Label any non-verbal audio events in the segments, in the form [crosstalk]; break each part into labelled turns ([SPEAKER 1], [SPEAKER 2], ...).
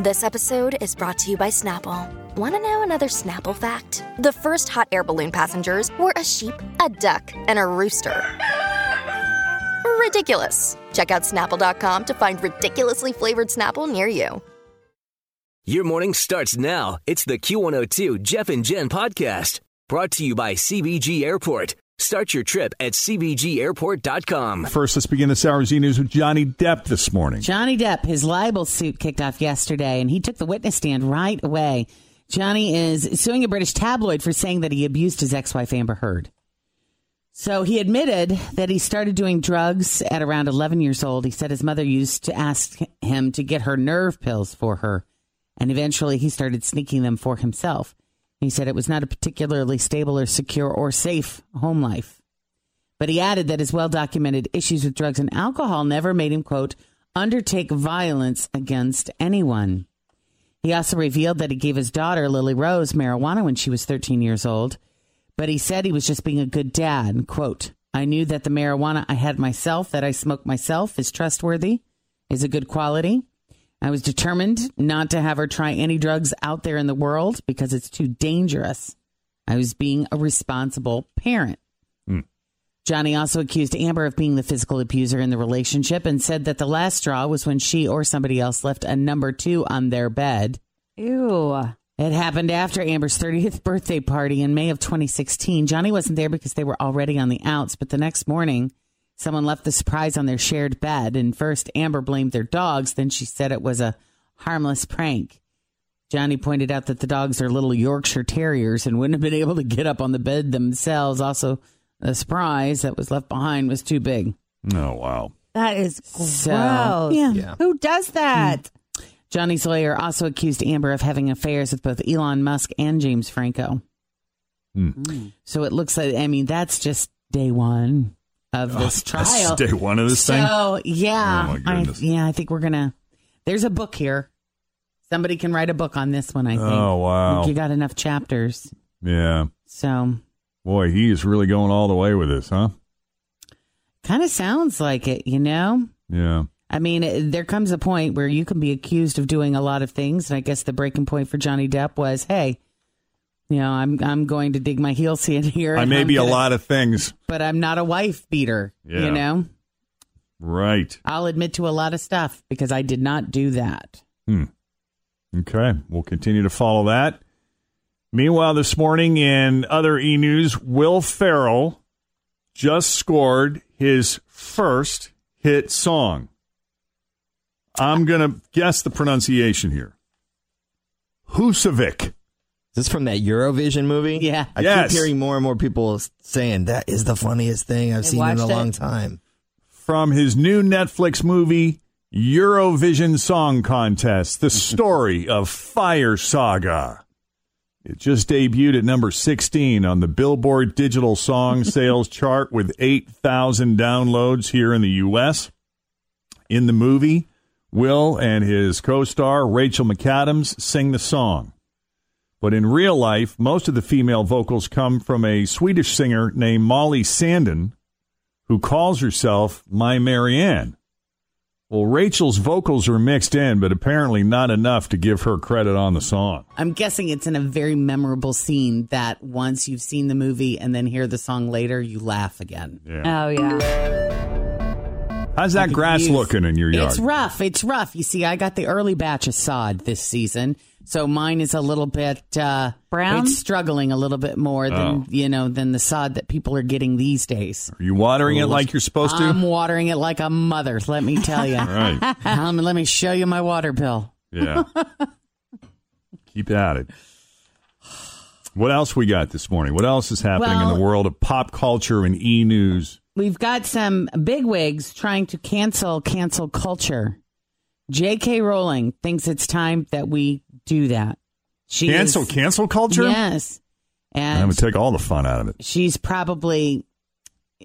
[SPEAKER 1] This episode is brought to you by Snapple. Want to know another Snapple fact? The first hot air balloon passengers were a sheep, a duck, and a rooster. Ridiculous. Check out snapple.com to find ridiculously flavored Snapple near you.
[SPEAKER 2] Your morning starts now. It's the Q102 Jeff and Jen podcast brought to you by CBG Airport. Start your trip at CBGAirport.com.
[SPEAKER 3] First, let's begin this hour's E! News with Johnny Depp this morning.
[SPEAKER 4] Johnny Depp, his libel suit kicked off yesterday, and he took the witness stand right away. Johnny is suing a British tabloid for saying that he abused his ex wife, Amber Heard. So he admitted that he started doing drugs at around 11 years old. He said his mother used to ask him to get her nerve pills for her, and eventually he started sneaking them for himself. He said it was not a particularly stable or secure or safe home life. But he added that his well documented issues with drugs and alcohol never made him, quote, undertake violence against anyone. He also revealed that he gave his daughter, Lily Rose, marijuana when she was 13 years old, but he said he was just being a good dad. Quote, I knew that the marijuana I had myself, that I smoked myself, is trustworthy, is a good quality. I was determined not to have her try any drugs out there in the world because it's too dangerous. I was being a responsible parent. Johnny also accused Amber of being the physical abuser in the relationship and said that the last straw was when she or somebody else left a number two on their bed.
[SPEAKER 5] Ew.
[SPEAKER 4] It happened after Amber's 30th birthday party in May of 2016. Johnny wasn't there because they were already on the outs, but the next morning, someone left the surprise on their shared bed. And first, Amber blamed their dogs, then she said it was a harmless prank. Johnny pointed out that the dogs are little Yorkshire Terriers and wouldn't have been able to get up on the bed themselves. Also, the surprise that was left behind was too big.
[SPEAKER 3] Oh, wow.
[SPEAKER 5] That is gross.
[SPEAKER 4] So, yeah.
[SPEAKER 5] Who does that?
[SPEAKER 6] Hmm.
[SPEAKER 4] Johnny's lawyer also accused Amber of having affairs with both Elon Musk and James Franco.
[SPEAKER 3] Hmm.
[SPEAKER 4] So it looks like, I mean, that's just day one of this
[SPEAKER 3] Oh, that's
[SPEAKER 4] trial.
[SPEAKER 3] day one of this thing?
[SPEAKER 4] So, yeah.
[SPEAKER 3] Oh, my
[SPEAKER 4] I-
[SPEAKER 3] goodness.
[SPEAKER 4] yeah, I think we're going to. There's a book here. Somebody can write a book on this one, I think.
[SPEAKER 3] Oh, wow.
[SPEAKER 4] I think you got enough chapters.
[SPEAKER 3] Yeah.
[SPEAKER 4] So,
[SPEAKER 3] Boy, he is really going all the way with this, huh?
[SPEAKER 4] kind of sounds like it, you know?
[SPEAKER 3] Yeah.
[SPEAKER 4] I mean, it- there comes a point where you can be accused of doing a lot of things, and I guess the breaking point for Johnny Depp was, hey, you know, I'm I'm going to dig my heels [laughs] in here.
[SPEAKER 3] I
[SPEAKER 4] and
[SPEAKER 3] may
[SPEAKER 4] I'm
[SPEAKER 3] be a
[SPEAKER 4] gonna-
[SPEAKER 3] lot of things.
[SPEAKER 4] but I'm not a wife beater.
[SPEAKER 3] Yeah.
[SPEAKER 4] You know,
[SPEAKER 3] Right.
[SPEAKER 4] I'll admit to a lot of stuff because I did not do that.
[SPEAKER 3] Okay. We'll continue to follow that. Meanwhile, this morning in other e news, Will Farrell just scored his first hit song. I'm going to guess the pronunciation here. Husavik.
[SPEAKER 6] Is this from that Eurovision movie?
[SPEAKER 4] Yeah.
[SPEAKER 6] I
[SPEAKER 3] Yes.
[SPEAKER 6] keep hearing more and more people saying that is the funniest thing I've
[SPEAKER 5] They
[SPEAKER 6] seen in a
[SPEAKER 5] watched it?
[SPEAKER 6] long time.
[SPEAKER 3] from his new Netflix movie Eurovision Song Contest: The Story of Fire Saga. It just debuted at number 16 on the Billboard Digital Song Sales chart with 8,000 downloads here in the US. In the movie, Will and his co-star Rachel McAdams sing the song. But in real life, most of the female vocals come from a Swedish singer named Molly Sandin, who calls herself My Marianne. Well, Rachel's vocals were mixed in, but apparently not enough to give her credit on the song.
[SPEAKER 4] I'm guessing it's in a very memorable scene that once you've seen the movie and then hear the song later, you laugh again.
[SPEAKER 3] Yeah.
[SPEAKER 5] Oh, yeah.
[SPEAKER 3] How's that
[SPEAKER 4] Like
[SPEAKER 3] grass
[SPEAKER 4] you've-
[SPEAKER 3] looking in your yard?
[SPEAKER 4] It's rough. It's rough. You see, I got the early batch of sod this season, so mine is a little bit uh,
[SPEAKER 5] Brown?
[SPEAKER 4] It's struggling a little bit more
[SPEAKER 3] Oh.
[SPEAKER 4] than you know than the sod that people are getting these days.
[SPEAKER 3] Are you watering it like you're supposed to?
[SPEAKER 4] I'm watering it like a mother. Let me tell
[SPEAKER 3] [laughs]
[SPEAKER 4] you.
[SPEAKER 3] All right.
[SPEAKER 4] um, let me show you my water bill. [laughs]
[SPEAKER 3] Yeah. Keep at it. What else we got this morning? What else is happening in
[SPEAKER 4] Well-
[SPEAKER 3] the world of pop culture and e news?
[SPEAKER 4] We've got some bigwigs trying to cancel cancel culture. J.K. Rowling thinks it's time that we do that. She
[SPEAKER 3] Cancel
[SPEAKER 4] is-
[SPEAKER 3] cancel culture.
[SPEAKER 4] Yes,
[SPEAKER 3] That
[SPEAKER 4] and
[SPEAKER 3] would take all the fun out of it.
[SPEAKER 4] she's probably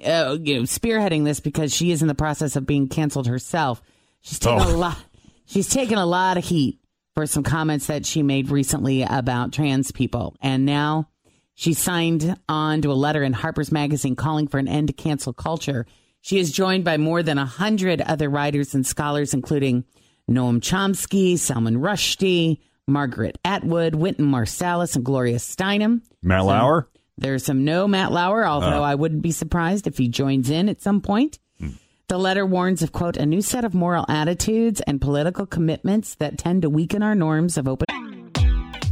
[SPEAKER 4] uh, you know, spearheading this because she is in the process of being canceled herself. She's taken
[SPEAKER 3] Oh.
[SPEAKER 4] a lot. She's taken a lot of heat for some comments that she made recently about trans people, and now she signed on to a letter in Harper's Magazine calling for an end to cancel culture. She is joined by more than a hundred other writers and scholars, including Noam Chomsky, Salman Rushdie, Margaret Atwood, Wynton Marsalis, and Gloria Steinem.
[SPEAKER 3] Matt
[SPEAKER 4] So-
[SPEAKER 3] Lauer.
[SPEAKER 4] there's some no Matt Lauer, although
[SPEAKER 3] Uh.
[SPEAKER 4] I wouldn't be surprised if he joins in at some point.
[SPEAKER 3] Hmm.
[SPEAKER 4] The letter warns of, quote, a new set of moral attitudes and political commitments that tend to weaken our norms of open.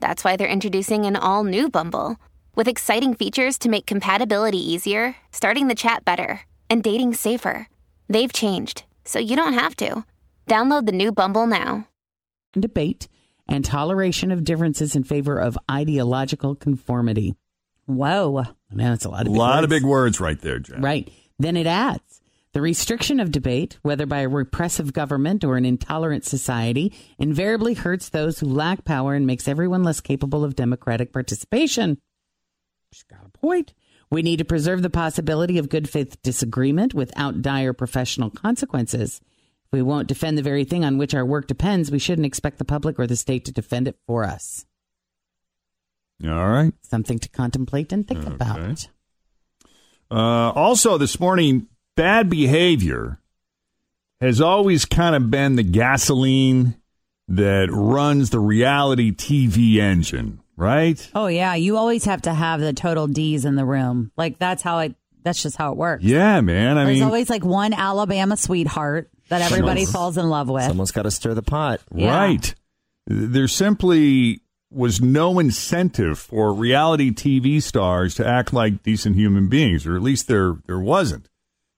[SPEAKER 1] that's why they're introducing an all new Bumble with exciting features to make compatibility easier, starting the chat better, and dating safer. They've changed, so you don't have to. Download the new Bumble now.
[SPEAKER 4] debate and toleration of differences in favor of ideological conformity.
[SPEAKER 5] Whoa.
[SPEAKER 4] Man, that's a lot
[SPEAKER 3] A
[SPEAKER 4] of big
[SPEAKER 3] lot of
[SPEAKER 4] words.
[SPEAKER 3] big words right there, Jack.
[SPEAKER 4] Right. Then it adds the restriction of debate, whether by a repressive government or an intolerant society, invariably hurts those who lack power and makes everyone less capable of democratic participation. She's got a point. We need to preserve the possibility of good faith disagreement without dire professional consequences. If we won't defend the very thing on which our work depends, we shouldn't expect the public or the state to defend it for us.
[SPEAKER 3] All right.
[SPEAKER 4] Something to contemplate and think
[SPEAKER 3] Okay.
[SPEAKER 4] about.
[SPEAKER 3] Uh, also, this morning, bad behavior has always kind of been the gasoline that runs the reality TV engine, right?
[SPEAKER 5] Oh yeah, you always have to have the total D's in the room. Like that's how it. That's just how it works.
[SPEAKER 3] Yeah, man. I
[SPEAKER 5] There's
[SPEAKER 3] mean,
[SPEAKER 5] always like one Alabama sweetheart that everybody
[SPEAKER 6] Someone's-
[SPEAKER 5] falls in love with.
[SPEAKER 6] Someone's got to stir the pot.
[SPEAKER 5] Yeah.
[SPEAKER 3] Right. There simply was no incentive for reality TV stars to act like decent human beings, or at least there there wasn't,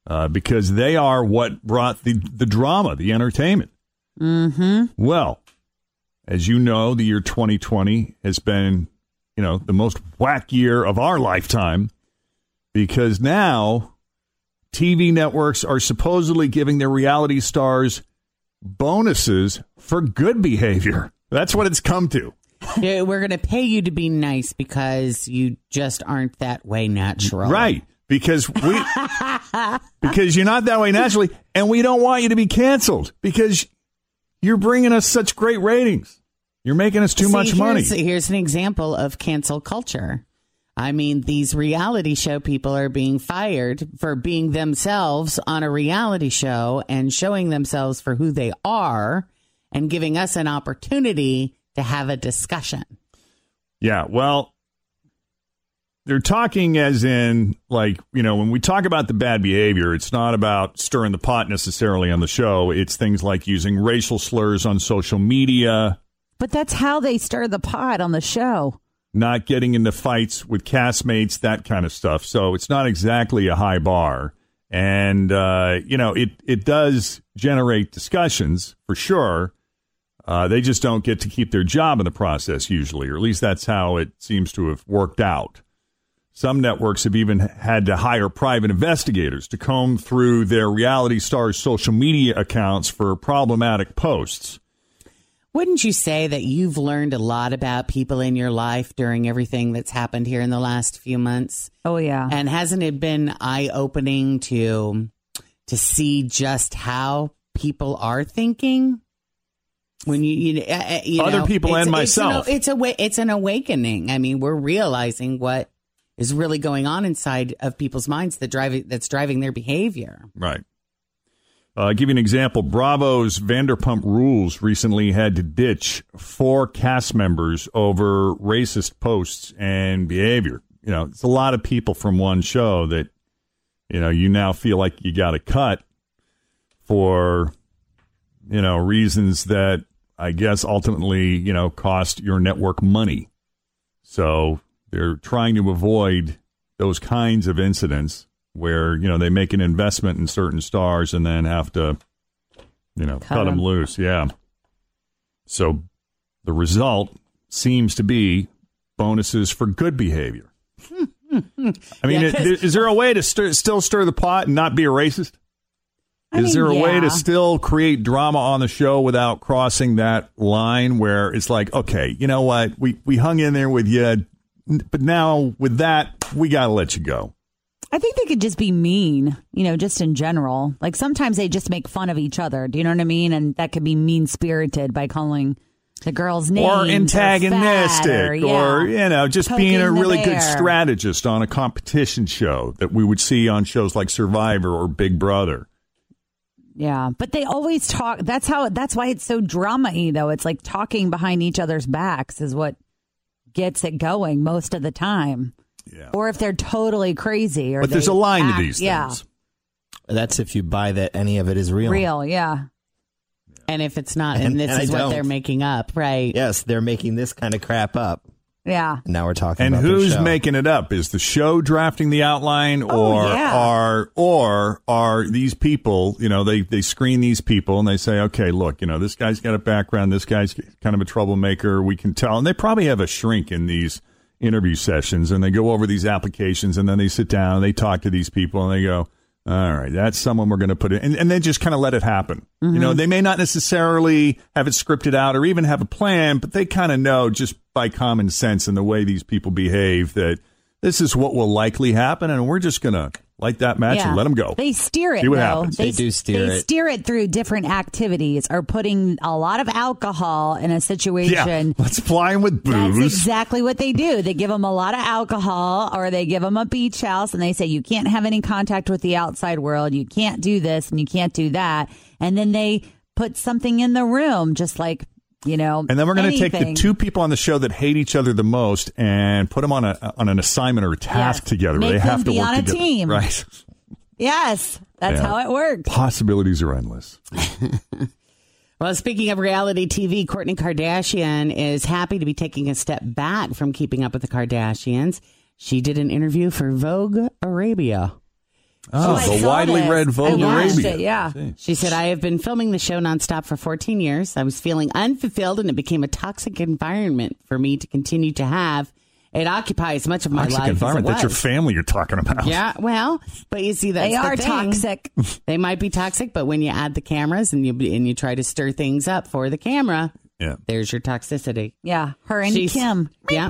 [SPEAKER 3] uh, because they are what brought the the drama, the entertainment. Mm-hmm. Well, as you know, the year 2020 has been, you know, the most whack year of our lifetime, because now TV networks are supposedly giving their reality stars bonuses for good behavior. That's what it's come to.
[SPEAKER 4] Yeah, we're going to pay you to be nice because you just aren't that way natural.
[SPEAKER 3] Right. Because we because you're not that way naturally and we don't want you to be canceled because you're bringing us such great ratings. You're making us too
[SPEAKER 4] See,
[SPEAKER 3] much money.
[SPEAKER 4] Here's, here's an example of cancel culture. I mean, these reality show people are being fired for being themselves on a reality show and showing themselves for who they are and giving us an opportunity to have a discussion.
[SPEAKER 3] Yeah, well, they're talking as in like, you know, when we talk about the bad behavior, it's not about stirring the pot necessarily on the show. It's things like using racial slurs on social media,
[SPEAKER 5] But that's how they stir the pot on the show.
[SPEAKER 3] not getting into fights with castmates, that kind of stuff. So it's not exactly a high bar. And, uh, you know, it, it does generate discussions for sure. Uh, they just don't get to keep their job in the process usually, or at least that's how it seems to have worked out. Some networks have even had to hire private investigators to comb through their reality stars' social media accounts for problematic posts.
[SPEAKER 4] Wouldn't you say that you've learned a lot about people in your life during everything that's happened here in the last few months?
[SPEAKER 5] Oh yeah.
[SPEAKER 4] And hasn't it been eye opening to to see just how people are thinking when you you, uh, uh, you
[SPEAKER 3] Other
[SPEAKER 4] know,
[SPEAKER 3] people
[SPEAKER 4] it's-
[SPEAKER 3] and
[SPEAKER 4] it's an-
[SPEAKER 3] myself.
[SPEAKER 4] It's a wa- it's an awakening. I mean, we're realizing what is really going on inside of people's minds that drive that's driving their behavior.
[SPEAKER 3] Right. Uh, give you an example. Bravo's Vanderpump Rules recently had to ditch four cast members over racist posts and behavior. You know, it's a lot of people from one show that, you know, you now feel like you got to cut for, you know, reasons that I guess, ultimately, you know, cost your network money. So they're trying to avoid those kinds of incidents where, you know, they make an investment in certain stars and then have to, you know, cut,
[SPEAKER 5] Cut 'em.
[SPEAKER 3] them loose. Yeah. So the result seems to be bonuses for good behavior. I mean,
[SPEAKER 4] Yeah,
[SPEAKER 3] it-
[SPEAKER 4] 'cause-
[SPEAKER 3] is there a way to stir, still stir the pot and not be a racist?
[SPEAKER 5] I
[SPEAKER 3] is
[SPEAKER 5] mean,
[SPEAKER 3] there a way
[SPEAKER 5] yeah.
[SPEAKER 3] to still create drama on the show without crossing that line where it's like, okay, you know what? We we hung in there with you, n- but now with that, we got to let you go.
[SPEAKER 5] I think they could just be mean, you know, just in general. Like sometimes they just make fun of each other. Do you know what I mean? And that could be mean spirited by calling the girl's name
[SPEAKER 3] or antagonistic
[SPEAKER 5] or,
[SPEAKER 3] or,
[SPEAKER 5] yeah.
[SPEAKER 3] you know, just being
[SPEAKER 5] Poking
[SPEAKER 3] a
[SPEAKER 5] the
[SPEAKER 3] really good
[SPEAKER 5] bear.
[SPEAKER 3] strategist on a competition show that we would see on shows like Survivor or Big Brother.
[SPEAKER 5] Yeah, but they always talk. That's how. That's why it's so drama-y, though. It's like talking behind each other's backs is what gets it going most of the time.
[SPEAKER 3] Yeah.
[SPEAKER 5] Or if they're totally crazy, or
[SPEAKER 3] But there's
[SPEAKER 5] they
[SPEAKER 3] a line
[SPEAKER 5] act-
[SPEAKER 3] to these
[SPEAKER 5] yeah,
[SPEAKER 3] things.
[SPEAKER 6] That's if you buy that any of it is real.
[SPEAKER 5] real, yeah.
[SPEAKER 4] And if it's not,
[SPEAKER 6] And-
[SPEAKER 4] and, this
[SPEAKER 6] and I
[SPEAKER 4] is what
[SPEAKER 6] don't.
[SPEAKER 4] they're making up, right?
[SPEAKER 6] Yes, they're making this kind of crap up.
[SPEAKER 5] Yeah.
[SPEAKER 6] And now we're talking
[SPEAKER 3] And
[SPEAKER 6] about their
[SPEAKER 3] who's
[SPEAKER 6] show.
[SPEAKER 3] making it up? Is the show drafting the outline,
[SPEAKER 5] Oh,
[SPEAKER 3] or
[SPEAKER 5] yeah.
[SPEAKER 3] are or are these people? You know, they they screen these people and they say, okay, look, you know, this guy's got a background. This guy's kind of a troublemaker. We can tell, and they probably have a shrink in these interview sessions, and they go over these applications, and then they sit down and they talk to these people, and they go. All right, that's someone we're going to put in, and, and then just kind of let it happen. You
[SPEAKER 5] Mm-hmm.
[SPEAKER 3] know, they may not necessarily have it scripted out or even have a plan, but they kind of know just by common sense and the way these people behave that this is what will likely happen, and we're just going to light that match
[SPEAKER 5] yeah.
[SPEAKER 3] and let them go.
[SPEAKER 5] They steer it.
[SPEAKER 3] See what
[SPEAKER 5] though.
[SPEAKER 3] happens.
[SPEAKER 6] They do steer
[SPEAKER 5] they
[SPEAKER 6] it.
[SPEAKER 5] steer it through different activities, or putting a lot of alcohol in a
[SPEAKER 3] yeah,
[SPEAKER 5] situation.
[SPEAKER 3] let's fly 'em with
[SPEAKER 5] That's
[SPEAKER 3] booze.
[SPEAKER 5] exactly what they do. They give them a lot of alcohol or they give them a beach house and they say, you can't have any contact with the outside world. You can't do this and you can't do that. And then they put something in the room, just like, you know,
[SPEAKER 3] and then we're going to take the
[SPEAKER 5] anything.
[SPEAKER 3] two people on the show that hate each other the most and put them on a on an assignment or a task
[SPEAKER 5] Yes.
[SPEAKER 3] together. where
[SPEAKER 5] Make
[SPEAKER 3] they
[SPEAKER 5] them
[SPEAKER 3] have to
[SPEAKER 5] be
[SPEAKER 3] work
[SPEAKER 5] on a
[SPEAKER 3] together.
[SPEAKER 5] team.
[SPEAKER 3] Right?
[SPEAKER 5] Yes, that's
[SPEAKER 3] Yeah.
[SPEAKER 5] how it works.
[SPEAKER 3] Possibilities are endless.
[SPEAKER 4] Well, speaking of reality TV, Courtney Kardashian is happy to be taking a step back from keeping up with the Kardashians. She did an interview for Vogue Arabia.
[SPEAKER 5] Oh, I
[SPEAKER 3] the
[SPEAKER 5] saw
[SPEAKER 3] widely
[SPEAKER 5] this.
[SPEAKER 3] read
[SPEAKER 5] I
[SPEAKER 3] Vogue
[SPEAKER 5] watched
[SPEAKER 3] Arabia.
[SPEAKER 5] it, yeah.
[SPEAKER 3] See.
[SPEAKER 4] She said, I have been filming the show nonstop for 14 years. I was feeling unfulfilled, and it became a toxic environment for me to continue to have. It occupies much of my
[SPEAKER 3] Toxic
[SPEAKER 4] life. as it
[SPEAKER 3] environment. That's your
[SPEAKER 4] was."
[SPEAKER 3] family you're talking about.
[SPEAKER 4] Yeah, well, but you see, that's
[SPEAKER 5] They
[SPEAKER 4] the
[SPEAKER 5] are
[SPEAKER 4] thing.
[SPEAKER 5] toxic.
[SPEAKER 4] [laughs] They might be toxic, but when you add the cameras and you and you try to stir things up for the camera,
[SPEAKER 3] Yeah.
[SPEAKER 4] there's your toxicity.
[SPEAKER 5] Yeah, her and
[SPEAKER 4] She's-
[SPEAKER 5] Kim.
[SPEAKER 4] Yeah.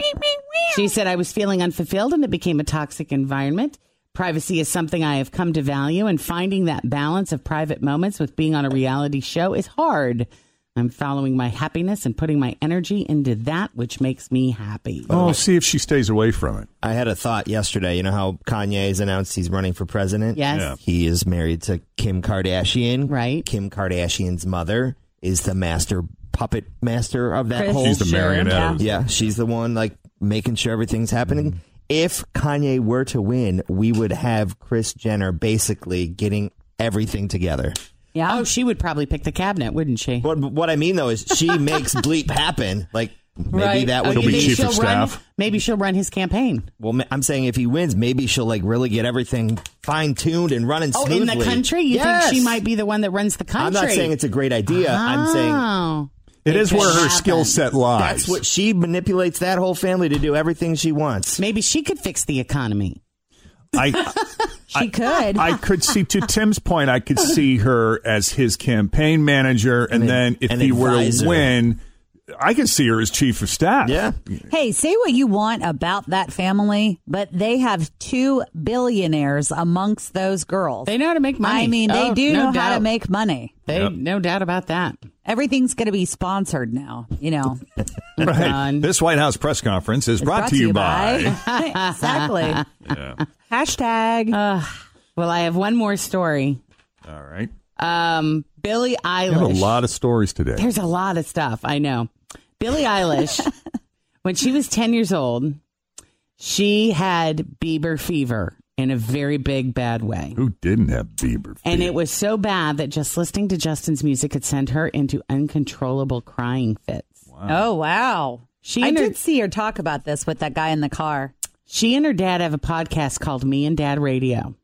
[SPEAKER 4] She said, I was feeling unfulfilled and it became a toxic environment. Privacy is something I have come to value, and finding that balance of private moments with being on a reality show is hard. I'm following my happiness and putting my energy into that which makes me happy.
[SPEAKER 3] Oh, see if she stays away from it.
[SPEAKER 6] I had a thought yesterday. You know how Kanye's announced he's running for president?
[SPEAKER 4] Yes.
[SPEAKER 3] Yeah.
[SPEAKER 6] He is married to Kim Kardashian.
[SPEAKER 4] Right.
[SPEAKER 6] Kim Kardashian's mother is the master puppet master of that
[SPEAKER 5] Chris.
[SPEAKER 6] whole
[SPEAKER 3] She's the
[SPEAKER 6] show.
[SPEAKER 3] marionette.
[SPEAKER 6] Yeah, she's the one like making sure everything's happening.
[SPEAKER 4] Mm-hmm.
[SPEAKER 6] If Kanye were to win, we would have Chris Jenner basically getting everything together.
[SPEAKER 5] Yeah.
[SPEAKER 4] Oh, she would probably pick the cabinet, wouldn't she?
[SPEAKER 6] What what I mean though is she
[SPEAKER 4] [laughs]
[SPEAKER 6] makes bleep happen. Like maybe that would
[SPEAKER 4] Oh,
[SPEAKER 3] She'll
[SPEAKER 4] you
[SPEAKER 3] be
[SPEAKER 4] think
[SPEAKER 3] chief of
[SPEAKER 4] she'll run-
[SPEAKER 3] staff.
[SPEAKER 4] Maybe she'll run his campaign.
[SPEAKER 6] Well, ma- I'm saying if he wins, maybe she'll like really get everything fine tuned and running
[SPEAKER 4] Oh,
[SPEAKER 6] smoothly.
[SPEAKER 4] in the country? You
[SPEAKER 6] Yes.
[SPEAKER 4] think she might be the one that runs the country?
[SPEAKER 6] I'm not saying it's a great idea. I'm saying
[SPEAKER 4] Oh.
[SPEAKER 3] It
[SPEAKER 4] It
[SPEAKER 3] is where
[SPEAKER 4] could
[SPEAKER 3] her
[SPEAKER 4] happen.
[SPEAKER 3] skill set lies.
[SPEAKER 6] that's what she manipulates that whole family to do everything she wants.
[SPEAKER 4] Maybe she could fix the economy.
[SPEAKER 3] I
[SPEAKER 5] she could.
[SPEAKER 3] I could see to Tim's point, I could see her as his campaign manager, and
[SPEAKER 6] An-
[SPEAKER 3] then if
[SPEAKER 6] an
[SPEAKER 3] he were to
[SPEAKER 6] advisor.
[SPEAKER 3] win, I could see her as chief of staff.
[SPEAKER 6] Yeah.
[SPEAKER 5] Hey, say what you want about that family, but they have two billionaires amongst those girls.
[SPEAKER 4] They know how to make money.
[SPEAKER 5] I mean, they
[SPEAKER 4] Oh,
[SPEAKER 5] do
[SPEAKER 4] no
[SPEAKER 5] know how
[SPEAKER 4] doubt.
[SPEAKER 5] to make money.
[SPEAKER 4] They no doubt about that.
[SPEAKER 5] Everything's going to be sponsored now, you know.
[SPEAKER 3] Right.
[SPEAKER 4] Done.
[SPEAKER 3] This White House press conference is brought, to you by.
[SPEAKER 5] exactly.
[SPEAKER 3] Yeah.
[SPEAKER 5] [laughs] Hashtag.
[SPEAKER 4] Well, I have one more story.
[SPEAKER 3] All right.
[SPEAKER 4] Um, Billie Eilish.
[SPEAKER 3] We have a lot of stories today.
[SPEAKER 4] There's a lot of stuff. I know. Billie [laughs] Eilish, when she was 10 years old, she had Bieber fever. in a very big, bad way.
[SPEAKER 3] Who didn't have Bieber?
[SPEAKER 4] And
[SPEAKER 3] feet?
[SPEAKER 4] it was so bad that just listening to Justin's music had sent her into uncontrollable crying fits.
[SPEAKER 5] Oh wow.
[SPEAKER 4] She
[SPEAKER 5] I
[SPEAKER 4] and her-
[SPEAKER 5] did see her talk about this with that guy in the car.
[SPEAKER 4] She and her dad have a podcast called Me and Dad Radio.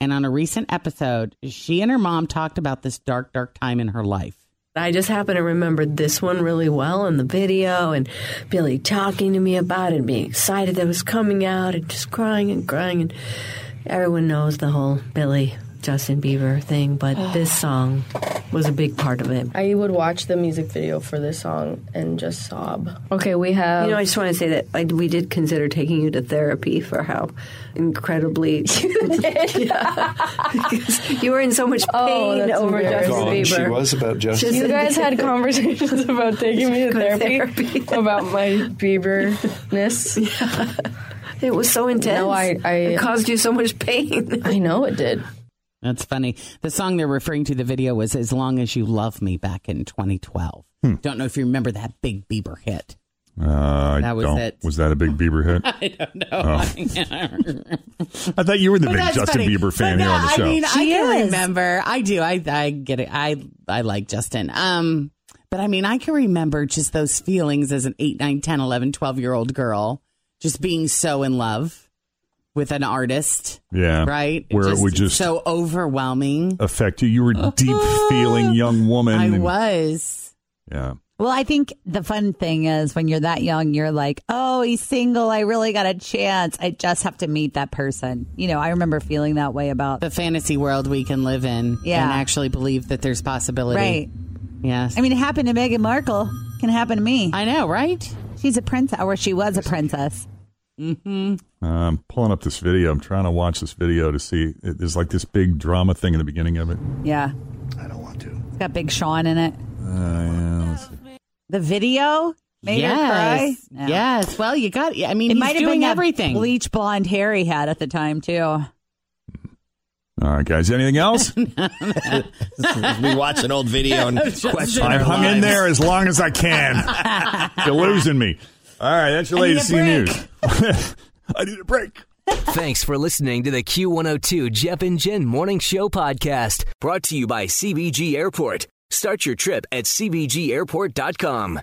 [SPEAKER 4] And on a recent episode, she and her mom talked about this dark, dark time in her life.
[SPEAKER 7] I just happen to remember this one really well in the video and Billy talking to me about it and being excited that it was coming out and just crying and crying and everyone knows the whole Billy Justin Bieber thing, but this song was a big part of it.
[SPEAKER 8] I would watch the music video for this song and just sob. Okay, we have.
[SPEAKER 7] You know, I just want to say that I, we did consider taking you to therapy for [laughs] how
[SPEAKER 8] [laughs]
[SPEAKER 7] incredibly [laughs] Because you were in so much pain
[SPEAKER 8] Oh, that's
[SPEAKER 7] over
[SPEAKER 8] embarrassing.
[SPEAKER 7] Justin
[SPEAKER 8] Well,
[SPEAKER 7] Bieber.
[SPEAKER 8] she
[SPEAKER 9] was about Justin.
[SPEAKER 7] Just-
[SPEAKER 8] you guys had conversations about taking me to
[SPEAKER 7] Go to
[SPEAKER 8] therapy,
[SPEAKER 7] therapy.
[SPEAKER 8] about my Bieberness.
[SPEAKER 7] It was so intense.
[SPEAKER 8] No, I- I-
[SPEAKER 7] it caused you [laughs] so much pain.
[SPEAKER 8] I know it did.
[SPEAKER 4] That's funny. The song they're referring to the video was As Long as You Love Me back in 2012. Don't know if you remember that big Bieber hit. [laughs]
[SPEAKER 3] Uh, I
[SPEAKER 4] That was
[SPEAKER 3] don't.
[SPEAKER 4] it.
[SPEAKER 3] Was that a big Bieber
[SPEAKER 4] [laughs]
[SPEAKER 3] hit?
[SPEAKER 4] I don't know.
[SPEAKER 3] I thought you were the
[SPEAKER 4] But
[SPEAKER 3] big
[SPEAKER 4] that's
[SPEAKER 3] Justin
[SPEAKER 4] funny.
[SPEAKER 3] Bieber fan
[SPEAKER 4] But
[SPEAKER 3] here
[SPEAKER 4] no,
[SPEAKER 3] on the show.
[SPEAKER 4] I mean, I
[SPEAKER 5] She
[SPEAKER 4] can
[SPEAKER 5] is.
[SPEAKER 4] remember. I do. I I get it. I I like Justin. Um, but I mean, I can remember just those feelings as an 8, 9, 10, 11, 12 year old girl, just being so in love with an artist,
[SPEAKER 3] yeah,
[SPEAKER 4] right?
[SPEAKER 3] Where it would just
[SPEAKER 4] so overwhelming.
[SPEAKER 3] affect you. You
[SPEAKER 4] [laughs]
[SPEAKER 3] were a deep feeling young woman.
[SPEAKER 4] I
[SPEAKER 3] and-
[SPEAKER 4] was.
[SPEAKER 3] Yeah.
[SPEAKER 5] Well, I think the fun thing is when you're that young, you're like, oh, he's single. I really got a chance. I just have to meet that person. You know, I remember feeling that way about.
[SPEAKER 4] The fantasy world we can live in,
[SPEAKER 5] Yeah.
[SPEAKER 4] and actually believe that there's possibility.
[SPEAKER 5] Right.
[SPEAKER 4] Yes.
[SPEAKER 5] I mean, it happened to Meghan Markle. Can happen to me.
[SPEAKER 4] I know, right?
[SPEAKER 5] She's a princess, or she was a princess.
[SPEAKER 3] Uh, I'm pulling up this video. I'm trying to watch this video to see. It, there's like this big drama thing in the beginning of it.
[SPEAKER 5] Yeah.
[SPEAKER 9] I don't want to. Oh,
[SPEAKER 5] It's got Big Sean in it.
[SPEAKER 3] Uh, yeah, let's see.
[SPEAKER 5] The video made her cry.
[SPEAKER 4] yes.
[SPEAKER 5] No.
[SPEAKER 4] Yes. Well, you got. I mean,
[SPEAKER 5] It
[SPEAKER 4] he's
[SPEAKER 5] might have
[SPEAKER 4] doing
[SPEAKER 5] been that
[SPEAKER 4] everything.
[SPEAKER 5] bleach blonde hair he had at the time, too.
[SPEAKER 3] All right, guys. Anything else?
[SPEAKER 4] [laughs]
[SPEAKER 6] we watch an old video and question.
[SPEAKER 3] I've
[SPEAKER 6] our
[SPEAKER 3] hung in
[SPEAKER 6] lives.
[SPEAKER 3] there as long as I can.
[SPEAKER 4] [laughs]
[SPEAKER 3] You're losing me. All right, that's your
[SPEAKER 4] I
[SPEAKER 3] latest
[SPEAKER 4] need a
[SPEAKER 3] E!
[SPEAKER 4] break.
[SPEAKER 3] news. [laughs] I need a break.
[SPEAKER 2] [laughs] Thanks for listening to the Q102 Jeff and Jen Morning Show podcast brought to you by CBG Airport. Start your trip at CBGAirport.com.